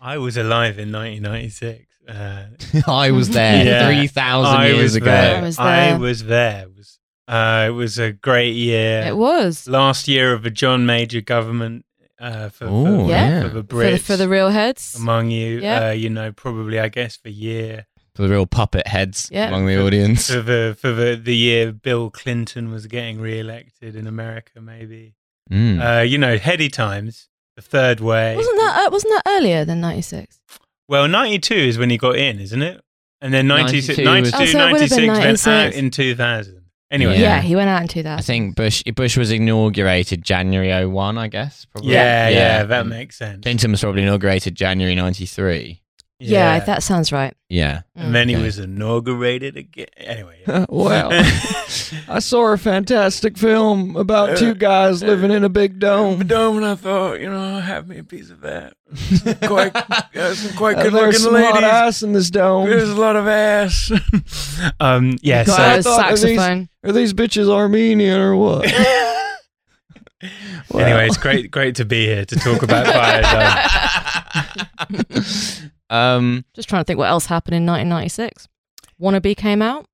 I was alive in 1996. Uh, I was there Yeah. three thousand I years was ago. There. I was I there. was there. It was, uh, it was a great year. It was Last year of a John Major government uh, for, Ooh, for, Yeah. for the for the, Brits for the real heads. among you. Yeah. Uh, you know, probably I guess for year For the real puppet heads Yeah. among the audience. for the for the, the year Bill Clinton was getting re-elected in America. Maybe Mm. uh, you know, heady times. The third way. Wasn't that uh, wasn't that earlier than ninety six? Well, 92 is when he got in, isn't it? And then 96, 92 92, was- Oh, so it would have 96 been went out 96. in 2000. Anyway, Yeah. Yeah. he went out in two I thousand. think Bush Bush was inaugurated January 01, I guess. Probably. Yeah, yeah, that And makes sense. Clinton was probably inaugurated January 93. Yeah, that sounds right. Mm. Yeah. and then he Okay. was inaugurated again. Anyway, yeah. wow. I saw a fantastic film about two guys living in a big But don't when I thought, you know, have me a piece of that. quite, uh, some quite Uh, good looking ladies. in this dome. There's a lot of ass. um, yeah, Got so a thought of these- saxophone. Are these bitches Armenian or what? anyway, it's great, great to be here to talk about fire. um. Just trying to think what else happened in nineteen ninety six. Wannabe came out.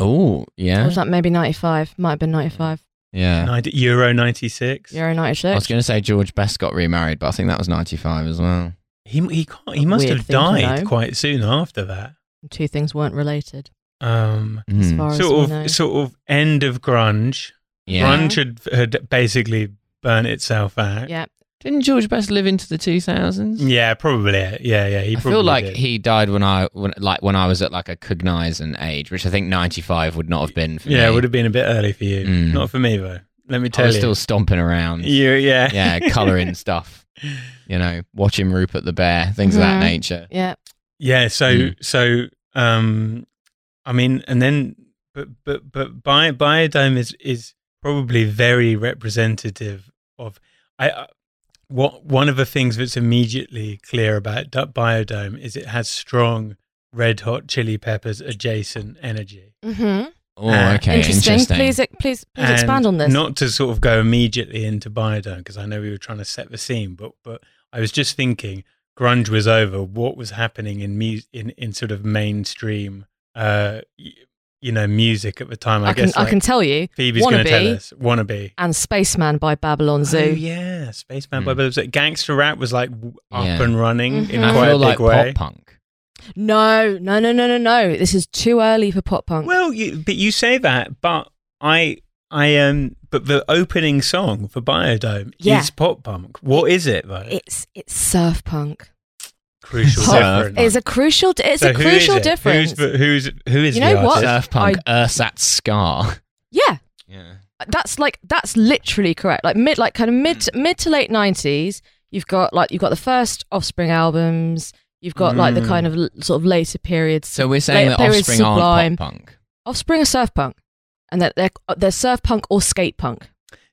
Oh Or yeah. was that maybe ninety five? Might have been ninety five. Yeah. Euro '96. Euro ninety I was six. going to say George Best got remarried, but I think that was 95 as well. He he can't, he must Weird have thing to died know. quite soon after that. Two things weren't related. Um, As Mm. far as we sort know. of sort of end of grunge. Yeah. Grunge had, had basically burnt itself out. yeah. Didn't George Best live into the 2000s? Yeah, probably. Yeah, yeah. He I probably feel like did. he died when I when like when I was at like a cognizant age, which I think 95 would not have been for Yeah, me. it would have been a bit early for you. Mm. Not for me though. Let me I tell was you. still stomping around. you, yeah, yeah, colouring stuff. You know, watching Rupert the Bear, things of that Mhm. nature. Yeah. yeah. So, Mm. so, um, I mean, and then, but, but, but, Bi- biodome is is probably very representative of I. I what one of the things that's immediately clear about Du- biodome is it has strong red hot chili peppers adjacent energy. Mm-hmm. Oh, Ah. okay, interesting. Please, e- please, please expand on And this. Not to sort of go immediately into biodome because I know we were trying to set the scene, but but I was just thinking grunge was over. What was happening in mu- in in sort of mainstream, uh, y- you know, music at the time? I, I can, guess I like, can tell you. Phoebe's going to Wannabe. tell us. Wannabe. And Spaceman by Babylon Zoo. Oh yeah, Spaceman by Mm. Bob. Gangster rap was like w- up Yeah. and running in Mhm. I quite a feel big like way. pop punk. No, no, no, no, no, no. This is too early for pop punk. Well, you, but you say that, but I, I um, but the opening song for Biodome Yeah. is pop punk. What is it though? it's it's surf punk. Crucial Surf. difference. It's a crucial. It's So a who is crucial it? difference. Who's, the- who's who is You the know what? artist? Surf punk, ersatz scar. yeah, Yeah. that's like that's literally correct. Like mid, like kind of mid Hmm. mid to late nineties. You've got like you've got the first Offspring albums. You've got like the Mm. kind of l- sort of later periods. So we're saying Like, that there is Offspring Sublime. aren't pop punk. Offspring are surf punk, and that they're they're surf punk or skate punk.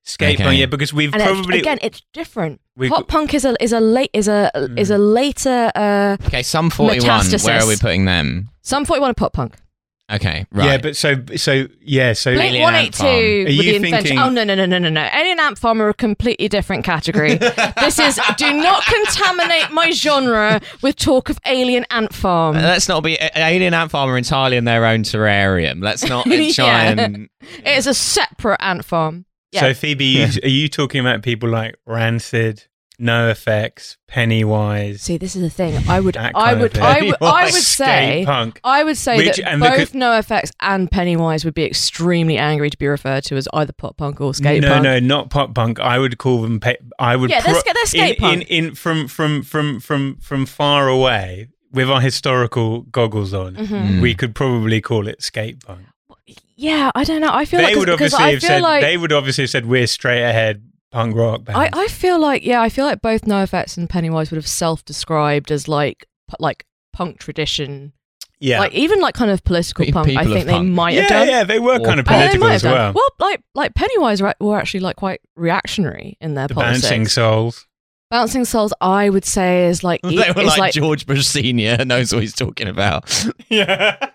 Skate Okay. punk, yeah, because we've And it- probably again, it's different. we- Hmm. Pop punk is a is a late is a is a later uh Okay, some 41. Where Metastasis. are we putting them? some forty one pop punk. Okay, right. yeah, but so so yeah, so Blink Alien Ant Farm. 182 Are with you the invention. thinking- Oh, no, no, no, no, no, no. Alien Ant Farm are a completely different category. this is do not contaminate my genre with talk of Alien Ant Farm. Uh, Let's not be a- alien ant farm are entirely in their own terrarium. Let's not try Yeah. and It is a separate ant farm. Yeah. so Phoebe, you, are you talking about people like Rancid, No Effects, Pennywise? See, this is the thing. I would, that I kind would, of I thing? would, I would Skate say, punk. I would say Which- that and both look at- NoFX and Pennywise would be extremely angry to be referred to as either pop punk or skate no, punk. no, not pop punk. I would call them. Pe- I would. Yeah, they're ska- they're skate in, punk. In, in from from from from from far away with our historical goggles on, Mhm. we could probably call it skate punk. Yeah, I don't know. I feel they like would because obviously I have feel said like they would obviously have said we're straight ahead punk rock band. I, I feel like yeah, I feel like both NoFX and Pennywise would have self-described as like pu- like punk tradition, yeah. like even like kind of political Pe- punk. I people of think they punk. might yeah, have done. yeah, they were Or kind of I think they political might as have done. well. Well, like like Pennywise were, were actually like quite reactionary in their the politics. bouncing souls. Bouncing Souls, I would say, is like e- they were is like, like George Bush Senior knows what he's talking about. Yeah.